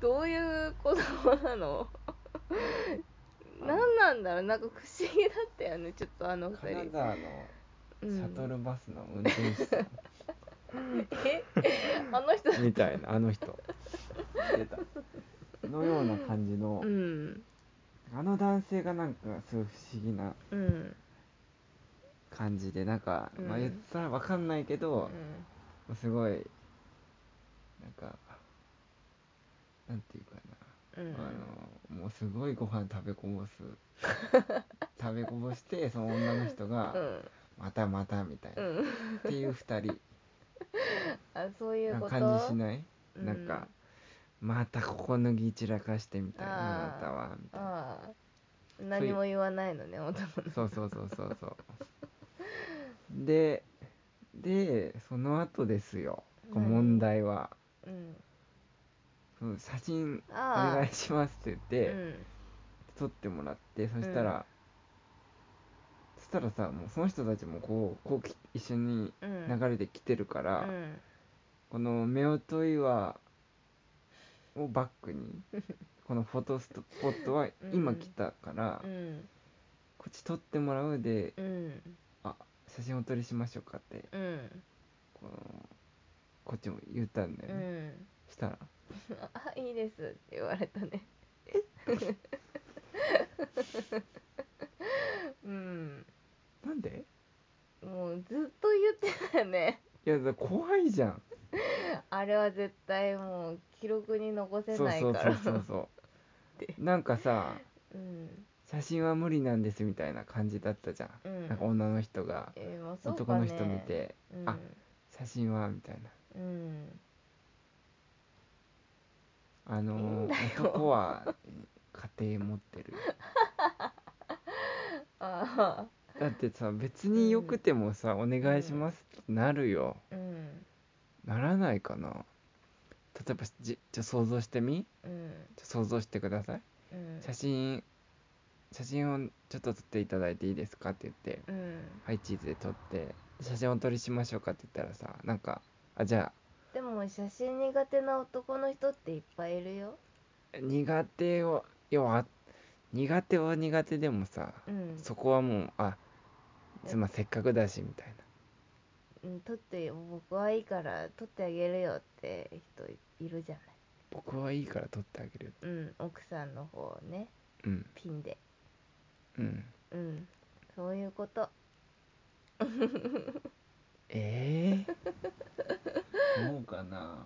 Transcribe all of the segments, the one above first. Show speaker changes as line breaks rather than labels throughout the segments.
どういう子供なの何なんだろうなんか不思議だったよねちょっとあの二
金
人
沢の
うん
シャトルバスの運転 手さん
えあの人
みたいなあ の人出たのような感じの、
うん
あの男性がなんかすごい不思議な
うん
感じでなんか、まあ、
うん
言ったらわかんないけ
う
ど、
ん
すごいなんかなんていうか
う
な、
ん
あのもうすごいご飯食べ こぼす食べこぼしてその女の人が、
うん
またまたみたいな、
うん
っていう2人
あそういう
な
こと
感じしない、
うん
なんかまたここ脱ぎ散らかしてみたいな
あー
あなた はみたいな
ああ何も言わないのね男の
そうそうそうそうそうででその後ですよこう
何
問題は
うん
「その写真お
ああ
願いします」って言って、
うん
撮ってもらってそしたら、そしたらさもうその人たちもこうこうき一緒に
うん
流れてきてる
う
から、
ん
この夫婦岩をバッ クにこのフォトスポットは今来たから、
うん
こっち撮ってもらうで
うん
写真お撮りしましょうかって
うん
このこっちも言ったんだ
う
よね、
ん
したら
あいいですって言われた ねうん
「なんで?
もうずっと言ってたよね」
いやだから怖いじゃん
あれは絶対もう記録に残せ
そう
ない
そう
か
そう
ら
そうそ
って
うなんかさ
うん
写真は無理なんですみたいな感じだったじゃん、
うん
なんか女の人が
えーまあそうか
男
ね
の人見て
うん
あ「写真は」みたいな
うん
あの
いいんだよ
男は家庭持ってる
あ
だってさ別によくてもさ「お願いします」ってなるよ
あうん
ならないかな例えばじじゃあ想像してみ
うん
ちょ想像してください
うん
写真写真をちょっと撮っていただいていいですかって言って
うん
「はいチーズ」で撮って写真お撮りしましょうかって言ったらさなんかあじゃあ
でも写真苦手な男の人っていっぱいいるよ
苦手を要は苦手は苦手でもさ、
うん
そこはもうあつませっかくだしみたい
うん撮って僕はいいから撮ってあげるよって人いるじゃない
な僕はいいから撮ってあげる
うん奥さんの方をね
うん
ピンで
うん
うんそういうこと
え えー、思うかな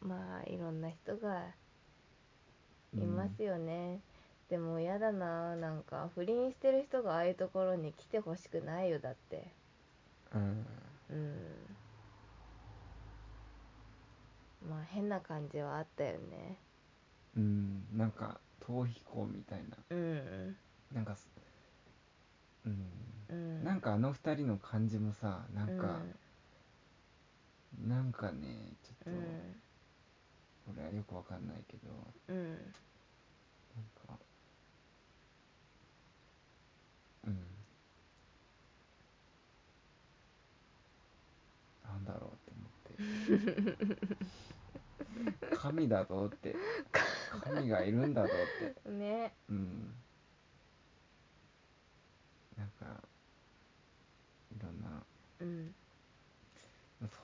まあいろんな人がいますよね、でも嫌だななんか不倫してる人がああいうところに来てほしくないよだって
うん
うんまあ変な感じはあったよね
うんなんか逃避行みたいな
うん
なんかすうん
うん
なんかあの二人の感じもさなんか、なんかねち
う
ょっと、
ん
俺はよくわかんないけど
うん、うん
なんかうんなんだろうって思って神だぞって神がいるんだぞって
ね
うんなんかいろんな
うん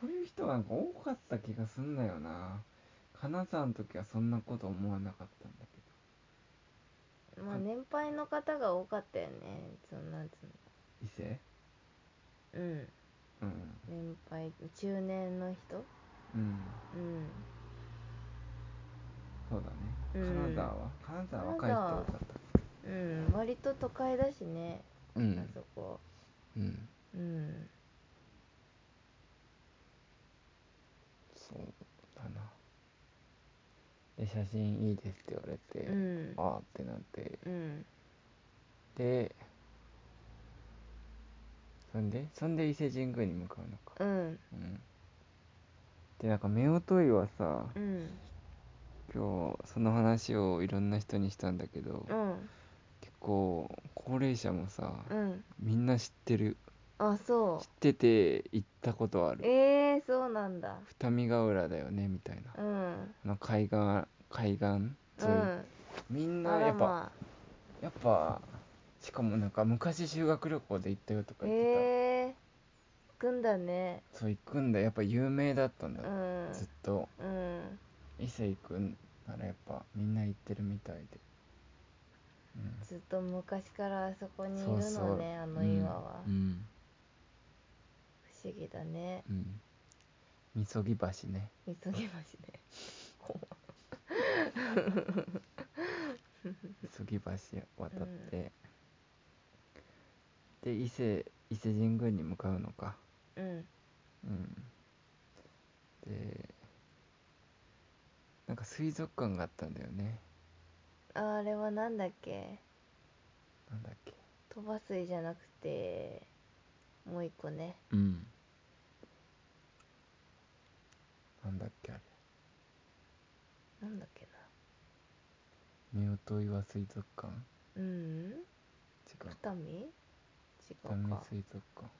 そういう人はなんか多かった気がすんだよな金沢の時はそんなこと思わなかったんだけど
まあ年配の方が多かったよねそのなんつ
伊勢
うのうん
うん
年配中年の人
うん
うん
そうだね。
うん
金沢は金沢は若い人多かっ
う
た。
ん割と都会だしね、
う
あそこ
うん。
うん
そうだな。で写真いいですって言われて、
うん
ああってなって
うん
で。そんでそんで伊勢神宮に向かうのか。
うん
うん。でなんか夫婦岩はさ
うん
今日その話をいろんな人にしたんだけど、
うん
結構高齢者もさ、
うん
みんな知ってる
あそ
知ってて行ったことあ
う
る
えー、えそうなんだ
二見ヶ浦だよねみたいな
う、ん
あの海岸海岸
う
沿い、
ん
みんな
あ
や
ら
っぱ、
まあ
やっぱしかもなんか昔修学旅行で行ったよとか言ってた、
ええー、行くんだね
そう行くんだやっぱ有名だったんだ
う、ん
ずっと
うん
伊勢行くんならやっぱみんな行ってるみたいで、うん
ずっと昔からあそこにいるのねあの岩は、
うん
不思議だね
うん、うんみそぎ橋ね
見つけましね
みそぎ橋渡って、で伊勢伊勢神宮に向かうのか
うん
うんでなんか水族館があったんだよね
ああれはなんだっけ
なんだっけ
鳥羽水じゃなくてもう一個ね
うんなんだっけあれ
なんだっけ
夫婦岩水族館
なうん
違う
二見違
ダ
う
メ
か
水族館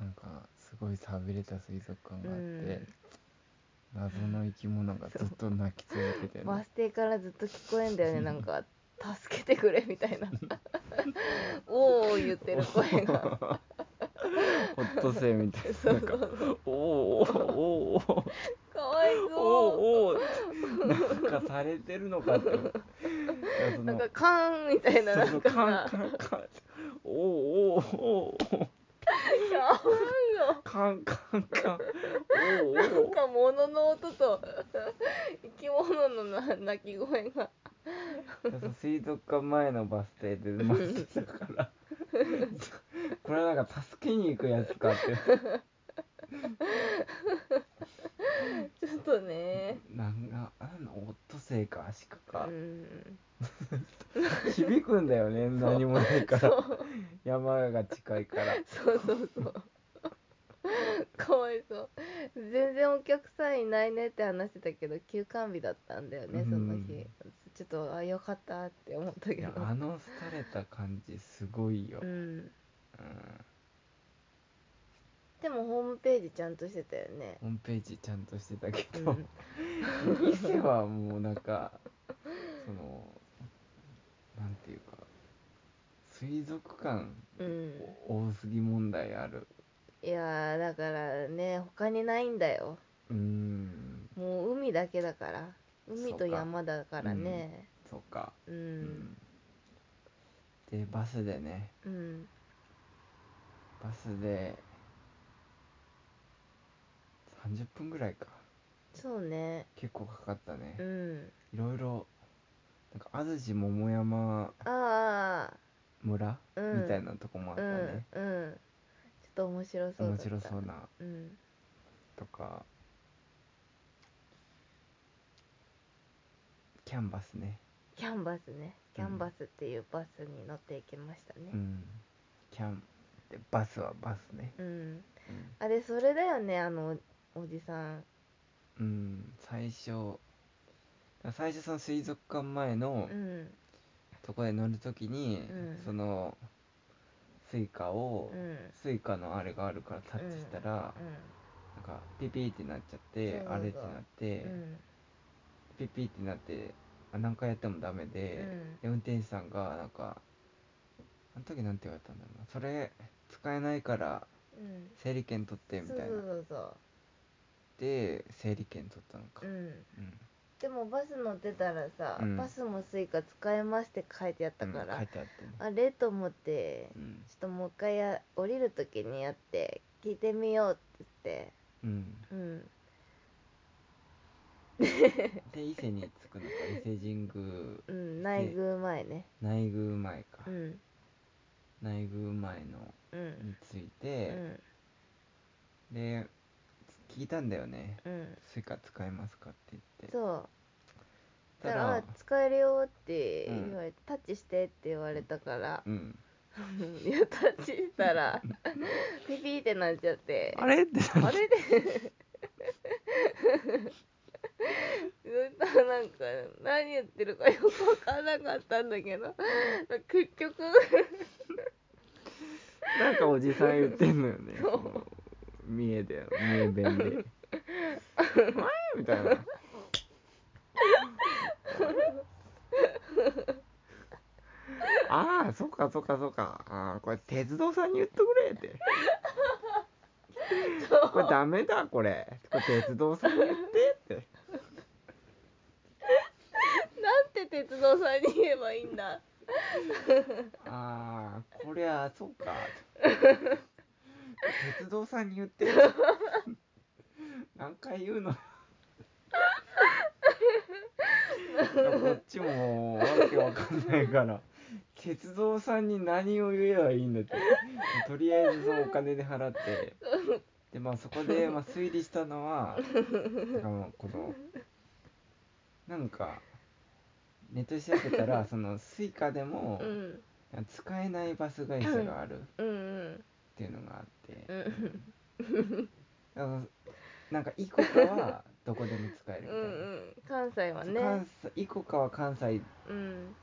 なんかすごい寂れた水族館があ
う
って、
ん
謎の生き物がずっと泣き続けてる
バス停からずっと聞こえんだよねなんか「助けてくれ」みたい な「おお」言ってる声 が
ホットセイみたい
そ
な
う
なんかおおーおーおーおー
かわいそ
おーおーなんかされてるのかって思う
う
謎
なん
の
か「カーン」みたいなな
そ
ん
の
か
カン
さ
カンカンおーおーおーおー
かわいよ
カンカンカンおー
なん
おー
か物の音と生き物のな鳴き声が
その水族館前のバス停で待ってたからこれはなんか助けに行くやつかって
ちょっとね
なんかなんだオットセイかアシカ
う
か、
ん
響くんだよね何もないか
そ
ら
う
山が近いから
そうそうそう かわいそう全然お客さんいないねって話してたけど休館日だったんだよね
うん
その日、ちょっとあよかったって思った
い
けど
やあの廃れた感じすごいよ、
うん
うん
でもホームページちゃんとしてたよね
ホームページちゃんとしてたけ
う
ど
ん
伊勢はもうなんかそのなんていうか水族館
うん
多すぎ問題ある
いやーだからね他にないんだよ
うーん
もう海だけだから海と
そうか
山だからね
そうか
う
うんんでバスでね
うん
バスで30分ぐらいか
そうね
結構かかったね
うん
いろいろなんか安土桃山
あ
村、
うん
みたいなとこも
あ
あっ
う
た
ん
ね、
うんちょっと面白そうだっ
面
た
白そうな
うん
とかキャンバスね
キャンバスねキャンバスっていうバスに乗っていきました
う
ね
んキャンでバスはバスね
うん、
うん
あれそれだよねあのおおじさん
うん最初最初その水族館前の
うん
とこで乗るときに、
うん
そのスイカを、
うんうん
スイカのあれがあるからタッチしたら、なんかピピーってなっちゃって
そうそうそう
あれってなって、
うん
ピピーってなってあ何回やってもダメで、で運転手さんがなんかあの時なんて言われたんだろうなそれ使えないから
うん
整理券取って
うん
み
そ
た
う
いな
そうそうそう
で整理券取ったのか、
うん
うん
でもバス乗ってたらさ、
うん
バスもスイカ使えますって書いてあったか
うん
ら
書い、てあってね
あれと思って
うん
ちょっともう一回や降りる時にやって聞いてみようって
うん
言ってうん
で伊勢に着くのか伊勢神宮
うん内宮前ね
内宮前か、
うん
内宮前の
う
に
ん
着いうて、
ん
で聞いたんだよね
うん
「スイカ使えますか?」って言って
そう
そ
だ
し
か
た
らあ使えるよって
うん
言われて、タッチしてって言われたから、
うん、
いやタッチしたらピピってなっちゃって
あれって な
あれでずっとなんか何言ってるかよく分からなかったんだけど結局
なんかおじさん言ってんのよね
そう
その三重だよ三重弁で 「前!」みたいなああそっかそっかそっかああこれ鉄道さんに言っとくれってこれダメだこれこれ鉄道さんに言ってって
なんて鉄道さんに言えばいいんだ
ああこりゃあそっ か鉄道さんに言って何回言うのこっちもわけわかんないから鉄道さんに何を言えばいいんだってとりあえずそのお金で払ってでまあそこでまあ推理したのはだからもうこのなんかネットで調べたらそのスイカでも
うん
使えないバス会社があるっ
うんうん
ていうのがあって
うんうん
あのなんかイコカはどこでも使えるみ
う
たいな。
ん関西はね
関西イコカは関西
うん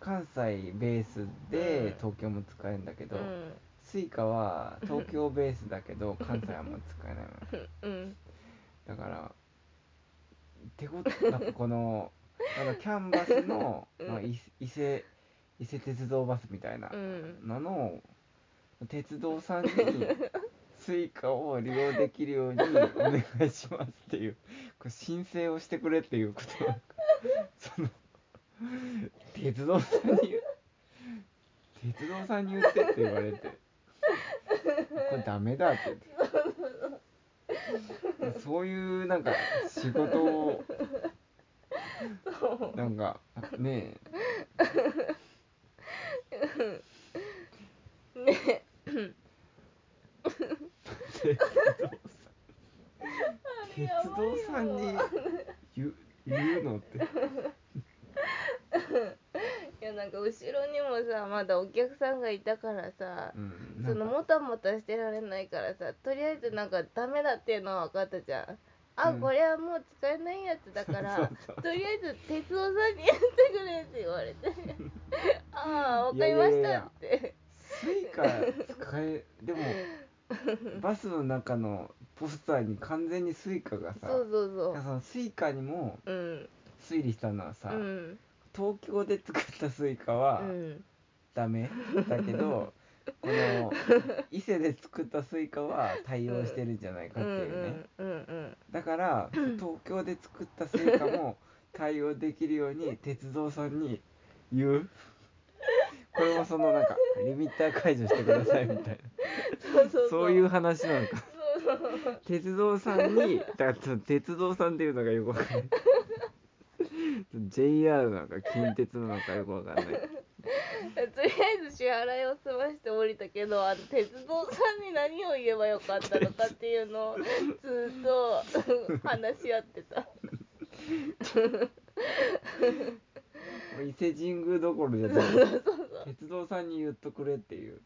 関西ベース
う
で
ん
東京も使えるんだけ
う
ど、
ん
スイカは東京ベースだ けど関西はもう使えないの
うん
だからてことなんか このあのキャンバスの、
うん
まあ、伊勢伊勢伊勢鉄道バスみたいな
うん
のの、鉄道さんにスイカを利用できるようにお願いしますっていうこれ申請をしてくれっていうことなんかその鉄道さんに言う鉄道さんに言ってって言われてこれダメだって言ってそういうなんか仕事をなんかねえ
ね
鉄道さん鉄道さんに言う言うのって
いやなんか後ろにもさまだお客さんがいたからさ、
うん
そのもたもたしてられないからさとりあえずなんかダメだっていうのは分かったじゃんあ、
うん
これはもう使えないやつだから
そうそうそう
とりあえず鉄道さんにやってくれって言われ てああ分かりましたって
スイカ使えでもバスの中のポスターに完全にスイカがさ
そうそう
そのスイカにも
そううん
推理したのはさ、
うん
東京で作ったスイカ
う
は
ん
ダメだけ ど、この伊勢で作ったスイカは対応してるんじゃないか
う
っ
ん
ていうね、
うんうん
だから東京で作ったスイカ も対応できるように鉄道さんに言うこれもそのなんかリミッター解除してくださいみたいな。
そうそう
そういう話なのか。鉄道さんに、だからその鉄道さんっていうのがよくわかんない。JR なのか近鉄なのかよくわかんない。
とりあえず支払いを済まして降りたけどあの鉄道さんに何を言えばよかったのかっていうのをずっと話し合ってた
伊勢神宮どころじゃない。鉄道さんに言っとくれっていう。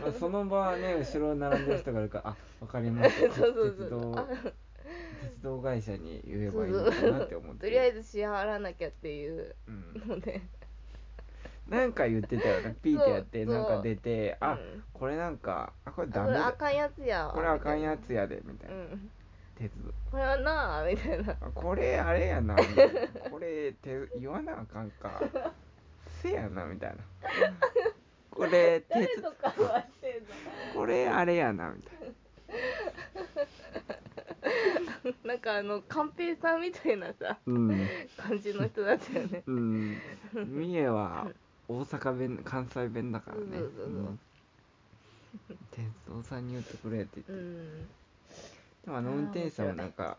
まあその場はね後ろに並んでる人がいるからあわかりました
そうそうそう
鉄道鉄道会社に言えばいい
そ
の
う
か
そう
なって思って
とりあえず支払わなきゃっていう
うん、
ので
なんか言ってたよねピーってやっ
そ
て
うそう
なんか出てあ、
うん
これなんかあこれ
あ
ダ
こ
メ
れあ
だ
かんやつやわ
これあかんやつやでみ
み
た
た
い
いな
な、
うん
鉄道
これはなあみたいな
あこれあれやなみたいな これて言わなあかんかせやなみたいなこれ
誰
鉄
と会話してん
これあれやなみたい
のなんかあの寛平さんみたいなさ
なうん
感じの人だったよね
うん三重は大阪弁関西弁だからね
そうそうそうそうん
鉄道さんに言ってくれって言って、
うん
でもあの運転手さんもなんか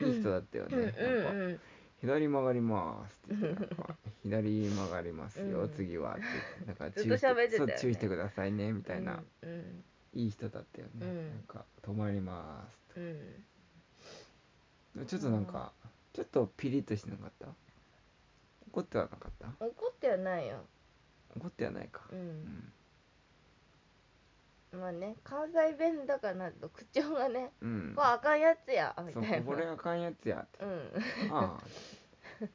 いい人だったよね、
うん
なんか
うんうん
左曲がりますって言ってなんか左曲がりますよ、
うん
次はって言ってなんか
ずっと喋ってたよね
そう注意してくださいねみたいな、
うん
いい人だったよ
う
ね、
ん
なんか止まりま
うん、うん
すちょっとなんか、ちょっとピリッとしなかった怒ってはなかった
怒ってはないよ、
怒ってはないか
う、
うんん
まあね関西弁だからなんと口調がね
う
「
ん
これあかんやつや」みた
そう
いな
これあかんやつや って
うん
あ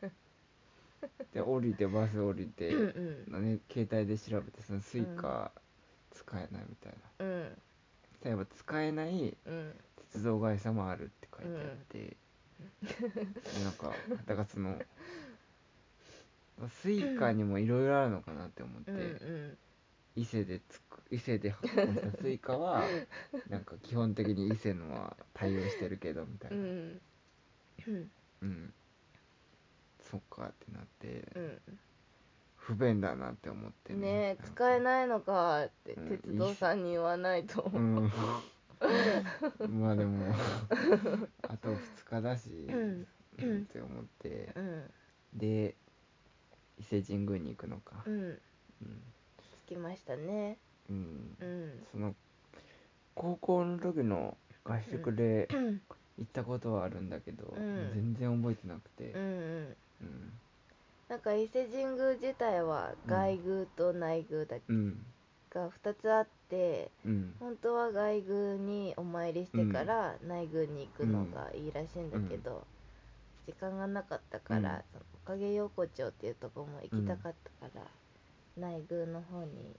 あで降りてバス降りて、
うんうん
ね、携帯で調べてそのスイカ使使えないみたいな
うん
例えば使えない
うん
鉄道会社もあるって書いてあって、でなんかだからそのスイカにもいろいろあるのかなって思って、
うんうん
伊勢でつく伊勢で発行したスイカは なんか基本的に伊勢のは対応してるけどみたいうな、
んうん
うんそっかってなって
うん
不便だなって思って
ねえ使え
い
ないのかって
うん
鉄道さんに言わないと
う
思うん
まあでもあと2日だし、
うん
うんって思って
うん
で伊勢神宮に行くのか
うん
うん、
聞きましたね
うん
うん
その高校の時の合宿で
うん
行ったことはあるんだけど、
うん
全然覚えてなくて
うんうん
うん
なんか伊勢神宮自体は外宮と内宮だ
うん
が2つあって
うん
本当は外宮にお参りしてから内宮に行くのがいいらしいんだけど、時間がなかったから、
うん
そのおかげ横丁っていうとこも行きたかったから、内宮の方に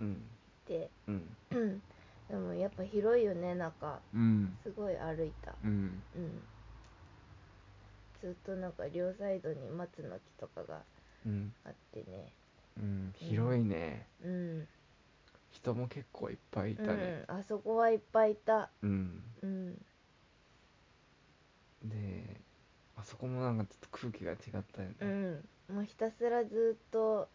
うん
行って
うん
うんでもやっぱ広いよね中
うん
すごい歩いた
うん
うんずっとなんか両サイドに松の木とかが
うん
あってね
うん広いね
うん
人も結構いっぱいいたね
うん、あそこはいっぱいいた
うん、
うん
であそこもなんかちょっと空気が違ったよ
う
ね
んもうひたすらずっと